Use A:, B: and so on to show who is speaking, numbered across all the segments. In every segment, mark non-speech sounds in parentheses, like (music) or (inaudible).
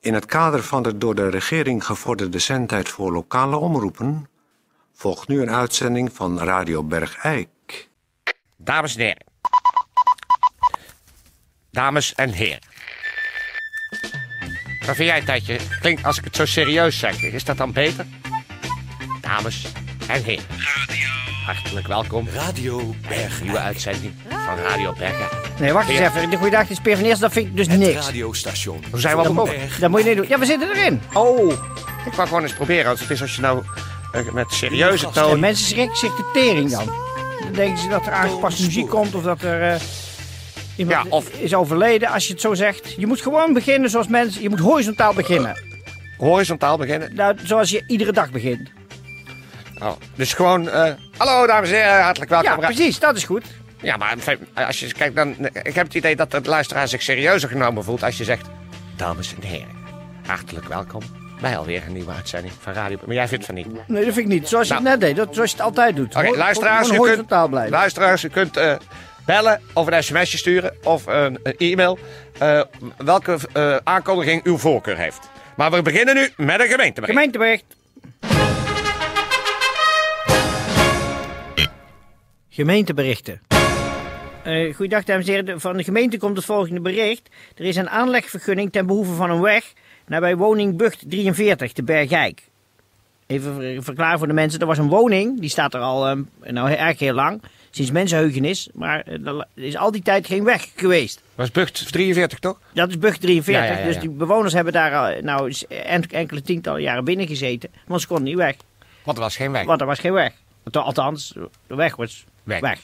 A: In het kader van de door de regering gevorderde zendtijd voor lokale omroepen volgt nu een uitzending van Radio Bergijk.
B: Dames en heren. Dames en heren. Wat vind jij, Tijdje? Klinkt als ik het zo serieus zeg. Is dat dan beter? Dames en heren. Hartelijk welkom.
C: Radio Bergen.
B: Nieuwe uitzending van Radio Bergen.
D: Nee, wacht eens
B: Ja.
D: even. De goeiedag, de Peer van Eerst, dat vind ik dus niks.
C: Radiostation.
B: Hoe zijn we al begonnen?
D: Dat moet je niet doen. Ja, we zitten erin.
B: Oh, ik wou gewoon eens proberen. want Het is als je nou eh, met serieuze
D: De
B: toon...
D: Oh, mensen schrikken zich de tering dan. Dan denken ze dat er aangepaste muziek komt of dat er eh, iemand
B: Oh, Ja, of-
D: is overleden, als je het zo zegt. Je moet gewoon beginnen zoals mensen... Je moet horizontaal beginnen.
B: horizontaal beginnen.
D: Nou, zoals je iedere dag begint.
B: Oh, dus gewoon... eh, Hallo, dames en heren. Hartelijk welkom.
D: Ja, precies. Dat is goed.
B: Ja, maar als je kijkt dan... Ik heb het idee dat de luisteraar zich serieuzer genomen voelt als je zegt... Dames en heren, hartelijk welkom bij alweer een nieuwe uitzending van Radio... Maar jij vindt van niet. Oké,
D: Nee, dat vind ik niet. Zoals je
B: Nou.
D: het net deed. Dat, zoals je het altijd doet. Ho-
B: luisteraars,
D: gewoon
B: je kunt,
D: horizontaal blijven.
B: luisteraars, je kunt eh, bellen of een sms'je sturen of een, een e-mail. eh, welke eh, aankondiging uw voorkeur heeft. Maar we beginnen nu met een gemeentebericht.
D: Gemeentebericht. Gemeenteberichten. Eh goeiedag dames en heren. Van de gemeente komt het volgende bericht. Er is een aanlegvergunning ten behoeve van een weg nabij woning Bucht 43 te Bergijk. Even ver- verklaren voor de mensen. Er was een woning, die staat er al eh, nou, erg heel lang. Sinds mensenheugenis. Maar eh, er is al die tijd geen weg geweest.
B: was Bucht 43, toch?
D: Dat is Bug 43.
B: Ja, ja, ja, ja.
D: Dus die bewoners hebben daar eh, nou eens en- enkele tientallen jaren binnen gezeten. Want ze konden niet weg.
B: Want er was geen weg.
D: Want er was geen weg. Al- Althans, de weg was
B: Weg.
D: weg.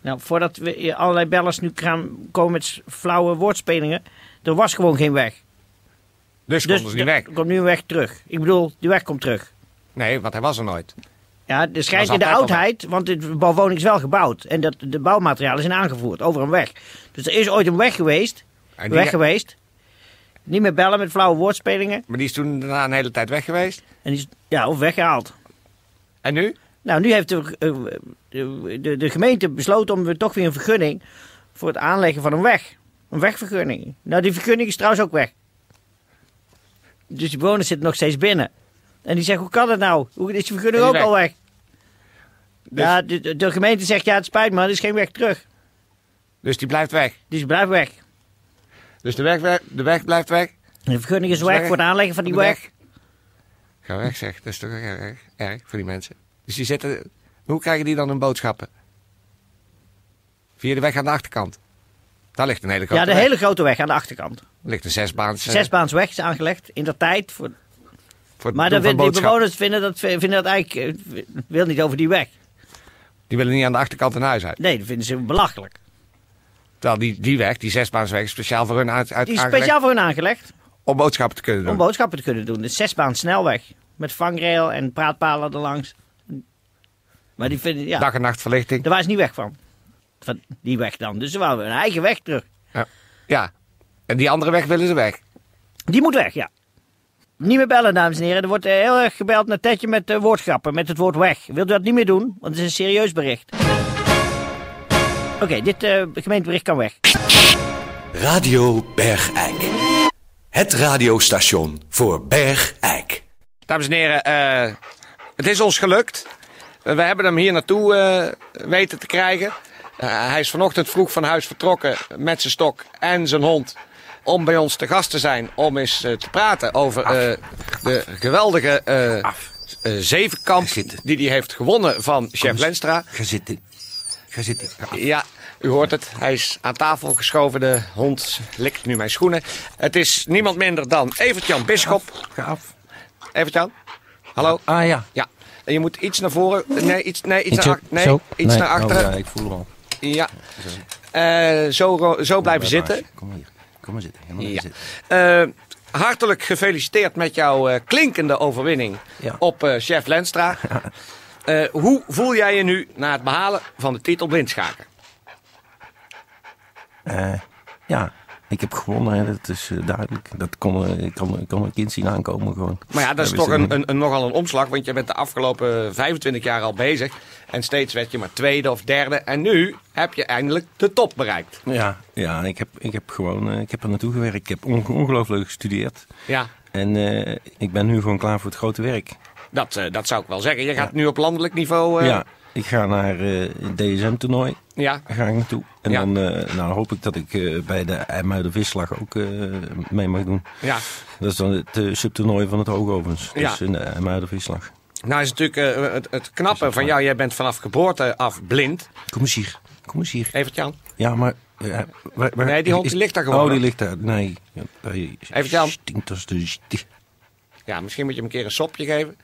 D: Nou, voordat we eh, allerlei bellers nu gaan komen met s- flauwe woordspelingen. Er was gewoon geen weg.
B: Dus,
D: Dus
B: konden ze niet
D: er
B: weg.
D: komt nu een weg terug. Ik bedoel, die weg komt terug.
B: Nee, want hij was er nooit.
D: Ja, de schijnt
B: Dat
D: in
B: is
D: de
B: altijd al
D: oudheid, want de bouwwoning is wel gebouwd. En dat, de bouwmaterialen zijn aangevoerd over een weg. Dus er is ooit een weg geweest.
B: En die-
D: weg geweest. Niet meer bellen met flauwe woordspelingen.
B: Maar die is toen daarna een hele tijd weg geweest.
D: En die is, ja, of weggehaald.
B: En nu?
D: Nou, nu heeft de, eh, de, de, de gemeente besloten om weer toch weer een vergunning voor het aanleggen van een weg. Een wegvergunning. Nou, die vergunning is trouwens ook weg. Dus die bewoners zitten nog steeds binnen. En die zeggen, hoe kan dat nou? Hoe is die vergunning
B: Is
D: ook
B: die
D: al weg?
B: Dus-
D: Ja, de, de- de gemeente zegt, ja, het spijt me, maar er is geen weg terug.
B: Dus die blijft weg.
D: Dus blijf weg.
B: Dus de weg, we- de weg blijft weg.
D: De vergunning is
B: Dus
D: weg
B: weg
D: voor het aanleggen van die
B: de weg.
D: weg.
B: Ga weg zeg, dat is toch erg, erg, erg voor die mensen. Dus die zitten... Hoe krijgen die dan hun boodschappen? Via de weg aan de achterkant. Daar ligt een hele grote
D: Ja, de
B: weg.
D: hele grote weg aan de achterkant.
B: ligt een zesbaans eh,
D: Zesbaans weg is aangelegd in de tijd voor
B: voor het
D: Maar
B: doen
D: dat,
B: van
D: wil- die
B: boodschappen.
D: bewoners vinden dat, vinden dat eigenlijk eh, wil niet over die weg.
B: Die willen niet aan de achterkant een huis uit.
D: Nee, dat vinden ze belachelijk.
B: Terwijl die, die weg, die zesbaansweg, is speciaal voor hun uit, uit
D: Die is
B: aangelegd
D: speciaal voor hun aangelegd
B: om boodschappen te kunnen doen.
D: om boodschappen te kunnen doen. De zesbaan snelweg met vangrail en praatpalen erlangs. Maar die vinden, ja,
B: Dag en nacht verlichting.
D: daar waren ze niet weg van. Van die weg dan. Dus ze wouden hun eigen weg terug.
B: Ja. ja. En die andere weg willen ze weg.
D: Die moet weg, ja. Niet meer bellen, dames en heren. Er wordt eh, heel erg gebeld naar Tetje met eh, woordgrappen, met het woord weg. Wilt u dat niet meer doen? Want het is een serieus bericht. Oké, dit eh, gemeentebericht kan weg.
C: Radio Bergijk. Het radiostation voor Bergijk.
B: Dames en heren, eh, het is ons gelukt. Eh, We hebben hem hier naartoe eh, weten te krijgen. Eh, hij is vanochtend vroeg van huis vertrokken met zijn stok en zijn hond. Om bij ons te gast te zijn, om eens eh, te praten over eh, de geweldige eh, eh, zevenkamp die hij heeft gewonnen van chef Lenstra.
C: Ga zitten. Ga zitten.
B: Ja, u hoort het. Hij is aan tafel geschoven. De hond likt nu mijn schoenen. Het is niemand minder dan Evert-Jan Bisschop.
E: Ga af.
B: Evert-Jan, hallo.
E: Ah ja.
B: Ja, en je moet iets naar voren. Nee, iets, nee, iets, naar,
E: zo-
B: ach- nee,
E: zo?
B: iets
E: Nee.
B: naar achteren.
E: Oh, ja, ik voel hem al.
B: ja. Eh, zo, ro- zo blijven
E: Blijf maar,
B: zitten.
E: Asje. Kom hier. Kom maar zitten. Helemaal
B: Ja.
E: lekker zitten.
B: Eh, hartelijk gefeliciteerd met jouw eh, klinkende overwinning
E: Ja.
B: op eh, chef
E: (laughs)
B: Lenstra. Eh, hoe voel jij je nu na het behalen van de titel blindschaker?
E: Eh, ja. Ik heb gewonnen, hè, dat is eh, duidelijk. Dat kon, eh, kon, kon een kind zien aankomen gewoon.
B: Maar ja, dat is
E: Daar
B: toch
E: wist ik
B: een,
E: niet.
B: een, een- nogal een omslag, want je bent de afgelopen 25 jaar al bezig. En steeds werd je maar tweede of derde. En nu heb je eindelijk de top bereikt.
E: Ja, ja ik, heb, ik heb gewoon eh, ik heb er naartoe gewerkt. Ik heb onge- ongelooflijk gestudeerd.
B: Ja,
E: En eh, ik ben nu gewoon klaar voor het grote werk.
B: dat, eh, dat zou ik wel zeggen. Je gaat nu op landelijk niveau. eh,
E: Ja, ik ga naar eh, het DSM-toernooi.
B: ja.
E: Daar ga ik naartoe. En
B: Ja.
E: dan eh, nou, hoop ik dat ik eh, bij de IJmuiden-Visslag ook eh, mee mag doen.
B: Ja.
E: Dat is dan het eh, subtoernooi van het Hoogovens.
B: Ja.
E: Dus in de IJmuiden-Visslag.
B: Nou is natuurlijk eh, het, het knappe van jou, jij bent vanaf geboorte af blind.
E: Kom eens hier. Kom eens hier.
B: Evert-Jan,
E: Eh, Ja, maar... eh, waar- waar-
B: Nee, die hond, die ligt daar gewoon.
E: Oh, die ligt daar. Nee. Ja, hij
B: Even Jan.
E: Stinkt als de... sti-
B: ja, misschien moet je hem een keer een sopje geven.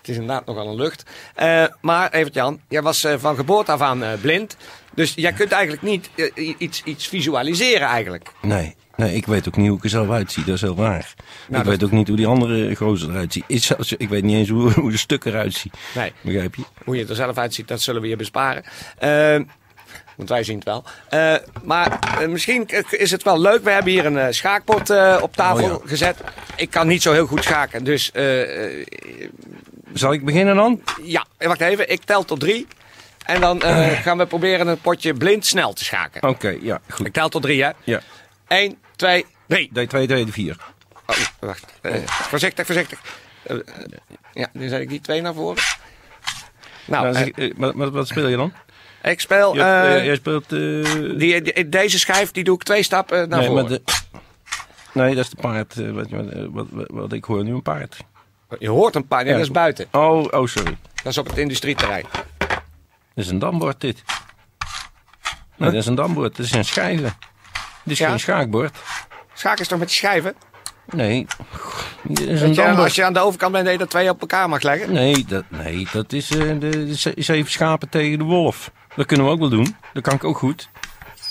B: Het is inderdaad nogal een lucht. Eh, maar Evert-Jan, jij was eh, van geboorte af aan eh, blind. Dus jij kunt eigenlijk niet eh, i- iets, iets visualiseren eigenlijk.
E: Nee. Nee, ik weet ook niet hoe ik er zelf uitzie. Dat is heel waar.
B: Nou,
E: ik
B: dat-
E: weet ook niet hoe die andere eh, gozer eruit ziet. Ik, zelfs- ik weet niet eens hoe, (laughs) hoe de stuk eruit ziet.
B: Nee.
E: Begrijp je?
B: Hoe je het er zelf uitziet, dat zullen we je besparen. Eh, want wij zien het wel. Eh, maar eh, misschien k- is het wel leuk. We hebben hier een eh, schaakpot eh, op tafel
E: Oh ja.
B: gezet. Ik kan niet zo heel goed schaken. Dus eh, eh,
E: Zal ik beginnen dan?
B: ja, Eh, wacht even. Ik tel tot drie. En dan eh,
E: Oh.
B: gaan we proberen een potje blind snel te schaken.
E: Oké, ja. Oh, Goed.
B: Ik tel tot drie, hè?
E: Ja.
B: Eén, twee, drie.
E: D2, 2, 4.
B: Oh, wacht. Eh, voorzichtig, voorzichtig. Eh, eh, ja, nu zet ik die twee naar voren. Nou,
E: Nou,
B: eh,
E: zeg ik, eh, maar, maar wat speel je dan?
B: ik speel...
E: Je, hebt, eh,
B: eh,
E: jij speelt... eh,
B: Die, die- deze schijf die doe ik twee stappen naar
E: nee, maar
B: voren.
E: de- nee, dat is de paard. eh, wat, wat, wat, wat- wat ik hoor nu, een paard.
B: Je hoort een paar, nee,
E: Ja.
B: dat is buiten.
E: Oh, oh, sorry.
B: Dat is op het industrieterrein.
E: Dat is een dambord, dit. Nee, dat is een dambord. Dat zijn schijven. Dit is
B: Ja?
E: geen schaakbord.
B: Schaak is toch met die schijven?
E: Nee, dit is een
B: Dat je,
E: dambord.
B: als je aan de overkant bent, dat je dat twee op elkaar mag leggen.
E: Nee, dat, nee, dat is eh, de ze- zeven schapen tegen de wolf. Dat kunnen we ook wel doen. Dat kan ik ook goed.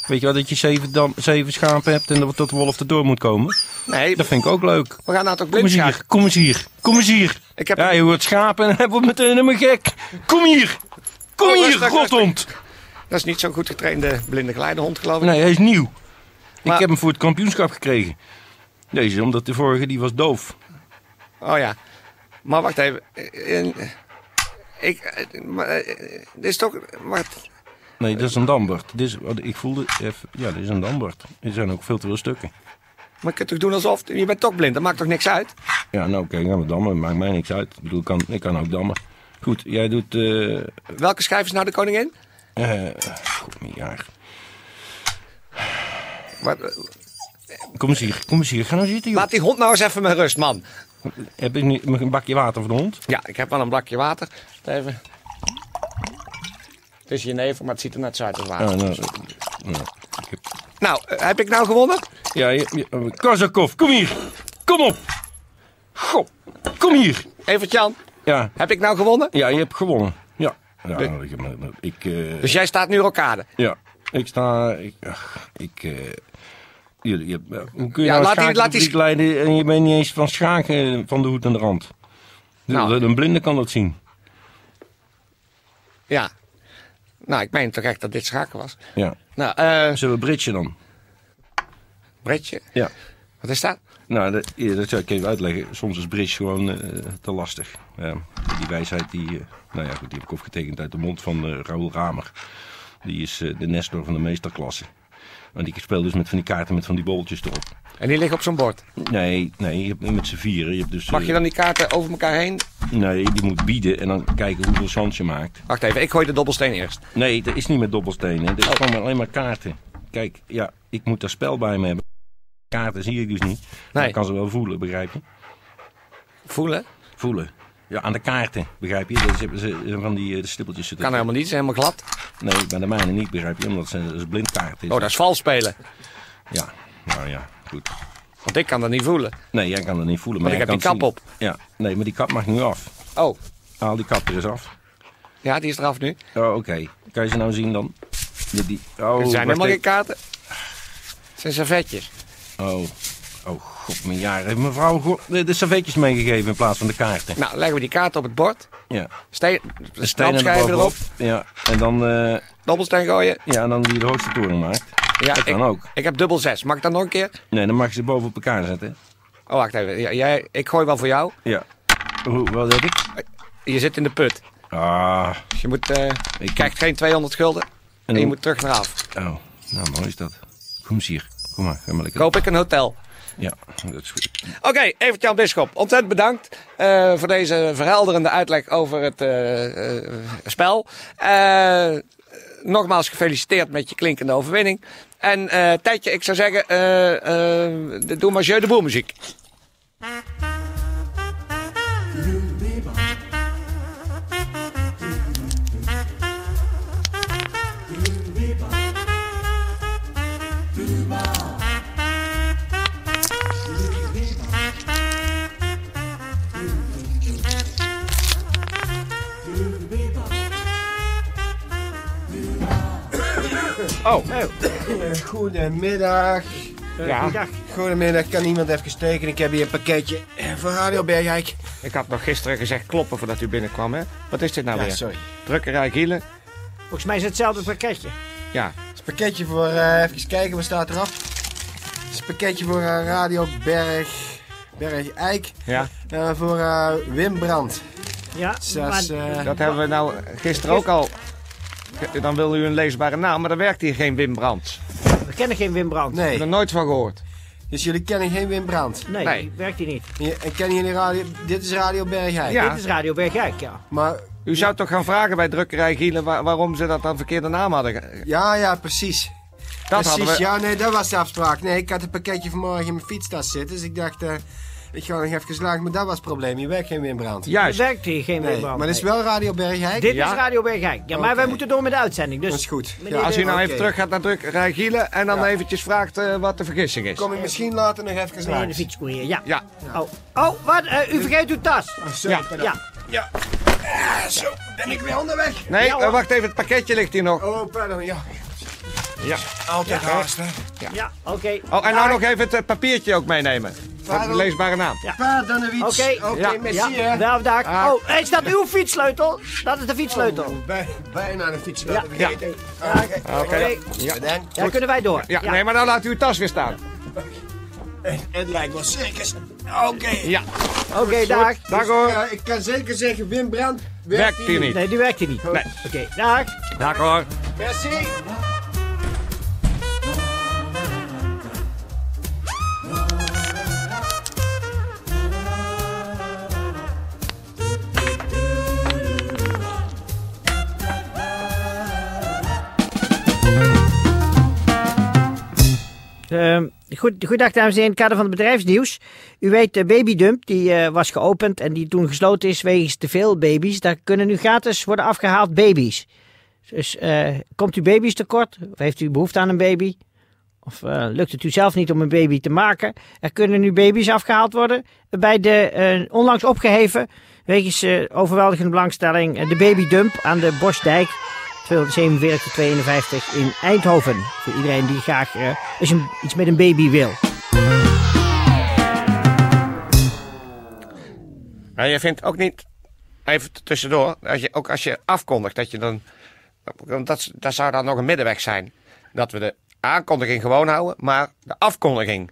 E: Weet je wel, dat je zeven, dam, zeven schapen hebt en dat tot de wolf erdoor moet komen.
B: Nee,
E: Dat vind ik ook leuk.
B: we gaan nou toch
E: Kom
B: blind
E: eens
B: schaken.
E: hier, kom eens hier, kom eens hier.
B: Ik heb-
E: Ja, je hoort schapen en hij wordt meteen helemaal gek. Kom hier, kom
B: Oh,
E: hier,
B: rustig,
E: rothond.
B: Dat is niet zo'n goed getrainde blinde geleidehond, geloof ik.
E: Nee, hij is nieuw.
B: Maar-
E: Ik heb hem voor het kampioenschap gekregen. Deze, omdat de vorige die was doof.
B: Oh ja. Maar wacht even. Eh, eh, Ik, eh, maar, eh, eh, dit is toch... Wacht.
E: Nee, dat is een dambord. Dit is, wat ik voelde even, ja, dit is een dambord. Er zijn ook veel te veel stukken.
B: Maar je kunt toch doen alsof... Je bent toch blind, dat maakt toch niks uit?
E: Ja, nou oké, gaan we dammen. Maakt mij niks uit. Ik bedoel, ik kan, ik kan ook dammen. Goed, jij doet... eh
B: Welke schijf is nou de koningin?
E: eh goed, mijn jaar.
B: Wat, eh,
E: Kom eens hier, kom eens hier. Ga nou zitten, joh.
B: laat die hond nou eens even met rust, man.
E: Heb ik nu een bakje water voor de hond?
B: Ja, ik heb wel een blakje water. Wacht Even. Het is jenever, maar het ziet er net zo uit als water.
E: Ah, nou, eh, nou, ik heb-
B: Nou, eh, heb ik nou gewonnen?
E: Ja, je, je- eh, Korsakov, kom hier. Kom op. Goh, kom hier.
B: Evert-Jan,
E: Ja,
B: heb ik nou gewonnen?
E: ja je hebt gewonnen. Ja. Ja, ik, ik, eh,
B: Dus jij staat nu rokade.
E: ja, ik sta... Ik... ach, ik eh, jullie, je, hoe kun je
B: Ja, laat
E: nou
B: die-
E: schaken
B: laat die
E: publiek leiden en Eh, je bent niet eens van schaken eh, van de hoed aan de rand?
B: Nou.
E: Een blinde kan dat zien.
B: Ja. Nou, ik meen toch echt dat dit schaken was.
E: Ja.
B: Nou, eh,
E: Zullen we britsen dan?
B: Bretje,
E: Ja.
B: wat is dat?
E: Nou, dat, ja, dat zou ik even uitleggen. Soms is bridge gewoon eh, te lastig. Ja, die wijsheid, die, eh, nou ja, goed, die heb ik opgetekend uit de mond van eh Raoul Ramer. Die is eh, de Nestor van de meesterklasse. Want ik speel dus met van die kaarten met van die bolletjes erop.
B: En die liggen op zo'n bord.
E: Nee, nee, je hebt met z'n vieren. Je hebt dus,
B: Mag je
E: eh,
B: dan die kaarten over elkaar heen?
E: Nee, die moet bieden en dan kijken hoeveel sans je maakt.
B: Wacht even, ik gooi de dobbelsteen eerst.
E: Nee, dat is niet met dobbelstenen.
B: Oh.
E: Dat is gewoon alleen maar kaarten. Kijk, ja, ik moet daar spel bij me hebben. Kaarten zie ik dus niet. Maar
B: Nee.
E: ik kan ze wel voelen, begrijp je?
B: Voelen?
E: voelen. Ja, aan de kaarten, begrijp je? Dat is, ze- ze- van die eh, de stippeltjes zitten.
B: Kan helemaal niet, is helemaal glad.
E: Nee, bij de mijne niet, begrijp je? Omdat ze- dat is blindkaart is.
B: Oh, dat is vals spelen.
E: Ja, nou ja, goed.
B: Want ik kan dat niet voelen.
E: Nee, jij kan dat niet voelen.
B: Maar
E: Maar,
B: ik
E: jij
B: heb
E: kan
B: die kap
E: het zien. Ja, nee, maar die kap mag nu af.
B: Oh,
E: Haal die kap er eens af.
B: ja, die is eraf nu.
E: Oh, oké. Kan je ze nou zien dan? Die, die, oh,
B: Er zijn
E: wacht
B: helemaal geen
E: even.
B: kaarten. Het zijn servetjes.
E: Oh, oh god, mijn jaar. Heeft mevrouw go- de, de servetjes meegegeven in plaats van de kaarten?
B: Nou, leggen we die kaart op het bord.
E: Ja.
B: Steen,
E: De
B: stenen erop.
E: Ja, en dan, eh,
B: Dobbelsteen gooien.
E: ja, en dan wie de hoogste toren maakt.
B: Ja,
E: Dat
B: ik,
E: kan ook.
B: Ik heb dubbel zes. Mag ik dat nog een keer?
E: Nee, dan mag je ze boven op elkaar zetten.
B: Oh, wacht even. Ja, jij, ik gooi wel voor jou.
E: Ja. Hoe, wat heb ik?
B: Je zit in de put.
E: Ah,
B: Dus je moet, eh, je
E: Ik-
B: krijgt geen 200 gulden. En, je
E: hoe-
B: moet terug naar af.
E: oh. Nou, mooi is dat. Kom eens hier. Kom maar, ga maar lekker.
B: Koop ik een hotel.
E: Ja, dat is goed.
B: Oké, even Jan Bisschop. Ontzettend bedankt eh, voor deze verhelderende uitleg over het eh, eh, spel. Eh, nogmaals gefeliciteerd met je klinkende overwinning. En eh Tijdje, ik zou zeggen, eh, eh, doe maar Jeu de Boer muziek. Oh.
D: Oh, eh,
F: Goedemiddag.
B: Ja.
D: Goeiedag.
F: Goedemiddag, kan iemand even steken? Ik heb hier een pakketje eh, voor Radio Bergijk.
B: Ik had nog gisteren gezegd kloppen voordat u binnenkwam, hè? Wat is dit nou
F: Ja,
B: weer?
F: sorry.
B: Drukkerij Gielen.
D: Volgens mij is het hetzelfde pakketje.
B: Ja.
F: Het is een pakketje voor, eh, even kijken, wat staat eraf? Het is een pakketje voor eh, Radio Berg, Berg Eik.
B: ja.
F: eh, voor eh, Wim Brandt.
D: Ja,
F: Dus dat
D: maar,
F: is, eh,
B: Dat hebben we nou gisteren ook al. Dan wil u een leesbare naam, maar dan werkt hier geen Wim Brandt. Ik
D: we kennen geen Wim Brandt.
B: heb er
F: nee,
B: nooit van gehoord.
F: dus jullie kennen geen Wim Brandt.
D: Nee,
B: Nee.
D: die werkt die niet.
F: Je- En kennen jullie Radio... Dit is Radio Bergijk.
B: Ja.
D: Dit is Radio Bergijk, ja.
F: Maar...
B: U zou toch gaan vragen bij drukkerij Gielen wa- waarom ze dat dan verkeerde naam hadden. ge-
F: Ja, ja, precies.
B: Dat
F: Precies,
B: hadden we.
F: ja, nee, dat was de afspraak. Nee, ik had een pakketje vanmorgen in mijn fietstas zitten, dus ik dacht, eh, ik ga nog even slagen, maar dat was het probleem. Je werkt geen Wimbrand.
D: Er
B: Juist.
D: werkt hier geen
F: nee,
D: Wim Brandt.
F: maar dat is
D: nee.
F: wel Radio Bergijk.
D: Dit
B: Ja.
D: is Radio Bergijk. Ja, maar wij
F: Oké.
D: moeten door met de uitzending. Dus
F: Dat is goed.
D: Meneer
F: Ja,
B: Als u nou
F: Oké.
B: even terug gaat naar drukkerij Gielen en dan eventjes vraagt eh, wat de vergissing is.
F: Kom ik misschien later nog even
D: meneer de
F: langs.
D: fietscourier, ja.
B: Ja.
D: Oh, oh wat? Eh, u vergeet uw tas.
F: Oh, Sorry,
B: Ja.
F: pardon.
D: Ja.
F: Zo, ben ik weer onderweg.
B: Nee,
D: Ja, hoor.
B: eh, wacht even, het pakketje ligt hier nog.
F: Oh, pardon, ja.
B: Ja.
F: Altijd haast, hè.
D: Ja, oké.
B: Oh, en nou nog even het eh, papiertje ook meenemen. Van de
F: Waarom?
B: leesbare naam.
F: Pardon, een wiets.
D: Oké.
F: Oké,
B: Ja.
F: merci,
D: Ja,
F: hè.
D: wel dag.
B: Ah.
D: Oh, is dat uw fietssleutel? Dat is de fietssleutel.
F: Oh, bij- bijna de fiets wel
D: Ja.
F: te vergeten. Oké.
B: Oké.
F: Ja. dan.
D: Ja, kunnen wij door.
B: Ja, nee, maar nou laat u uw tas weer staan.
F: Het lijkt wel circus. Oké.
B: Ja.
D: Oké, dag.
B: Dag hoor.
F: Ja, ik kan zeker zeggen, Wim Brandt
B: Werkt hier niet.
D: Nee, die werkt hier niet.
B: Nee.
D: Oké, dag.
B: Dag hoor.
F: Merci.
D: Ehm, goed, goedendag dames en heren, in het kader van het bedrijfsnieuws. U weet, de babydump die eh, was geopend en die toen gesloten is wegens te veel baby's. Daar kunnen nu gratis worden afgehaald baby's. Dus eh, komt u baby's tekort? Of heeft u behoefte aan een baby? Of eh, lukt het u zelf niet om een baby te maken? Er kunnen nu baby's afgehaald worden bij de eh, onlangs opgeheven, wegens eh, overweldigende belangstelling, eh, de babydump aan de Bosdijk 247 tot 52 in Eindhoven. Voor iedereen die graag eh, eens een- iets met een baby wil.
B: Maar je vindt ook niet, even tussendoor, als je, ook als je afkondigt dat je dan, want dat, is- dat zou dan nog een middenweg zijn. Dat we de aankondiging gewoon houden, maar de afkondiging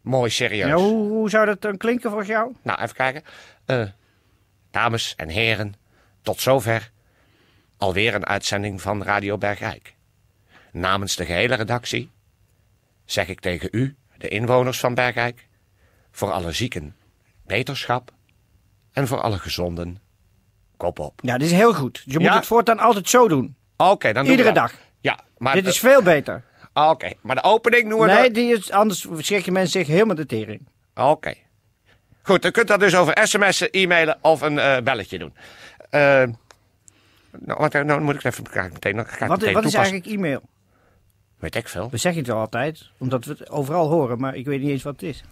B: mooi serieus.
D: hoe, zou dat dan klinken volgens jou?
B: Nou, even kijken. Eh, dames en heren, tot zover alweer een uitzending van Radio Bergrijk. Namens de gehele redactie zeg ik tegen u, de inwoners van Bergrijk, voor alle zieken beterschap en voor alle gezonden kop op.
D: Ja, dit is heel goed. Dus Je moet
B: Ja.
D: het voortaan altijd zo doen.
B: Oké, dan doen we
D: Iedere
B: dat.
D: dag.
B: Ja, maar,
D: dit is veel beter.
B: Oké, maar de opening doen we
D: Nee,
B: dan-
D: die is, anders schrik je mensen zich helemaal de tering.
B: Oké. Goed, dan kunt dat dus over sms'en, e-mailen of een eh, belletje doen. Eh, nou, wat, nou, moet ik het even ga ik meteen, ga ik het
D: Wat,
B: meteen
D: wat is
B: toepassen.
D: eigenlijk e-mail?
B: Weet ik veel.
D: We zeggen het wel altijd, omdat we het overal horen, maar ik weet niet eens wat het is.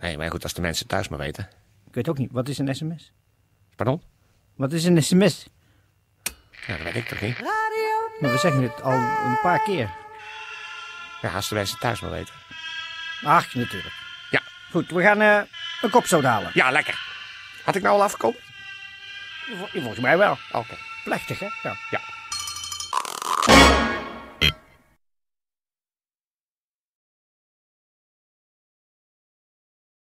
B: Nee, maar goed, als de mensen thuis maar weten.
D: Ik weet ook niet. Wat is een sms?
B: Pardon?
D: Wat is een sms?
B: Ja, dat weet ik toch niet.
D: Nou, we zeggen het al een paar keer.
B: Ja, als de mensen thuis maar weten.
D: Ach, natuurlijk.
B: Ja.
D: Goed, we gaan eh, een kopstoot halen.
B: Ja, lekker. Had ik nou al afgekomen?
D: Vol- Volgens mij wel.
B: Oké.
D: Plechtig, hè? Ja.
B: Ja.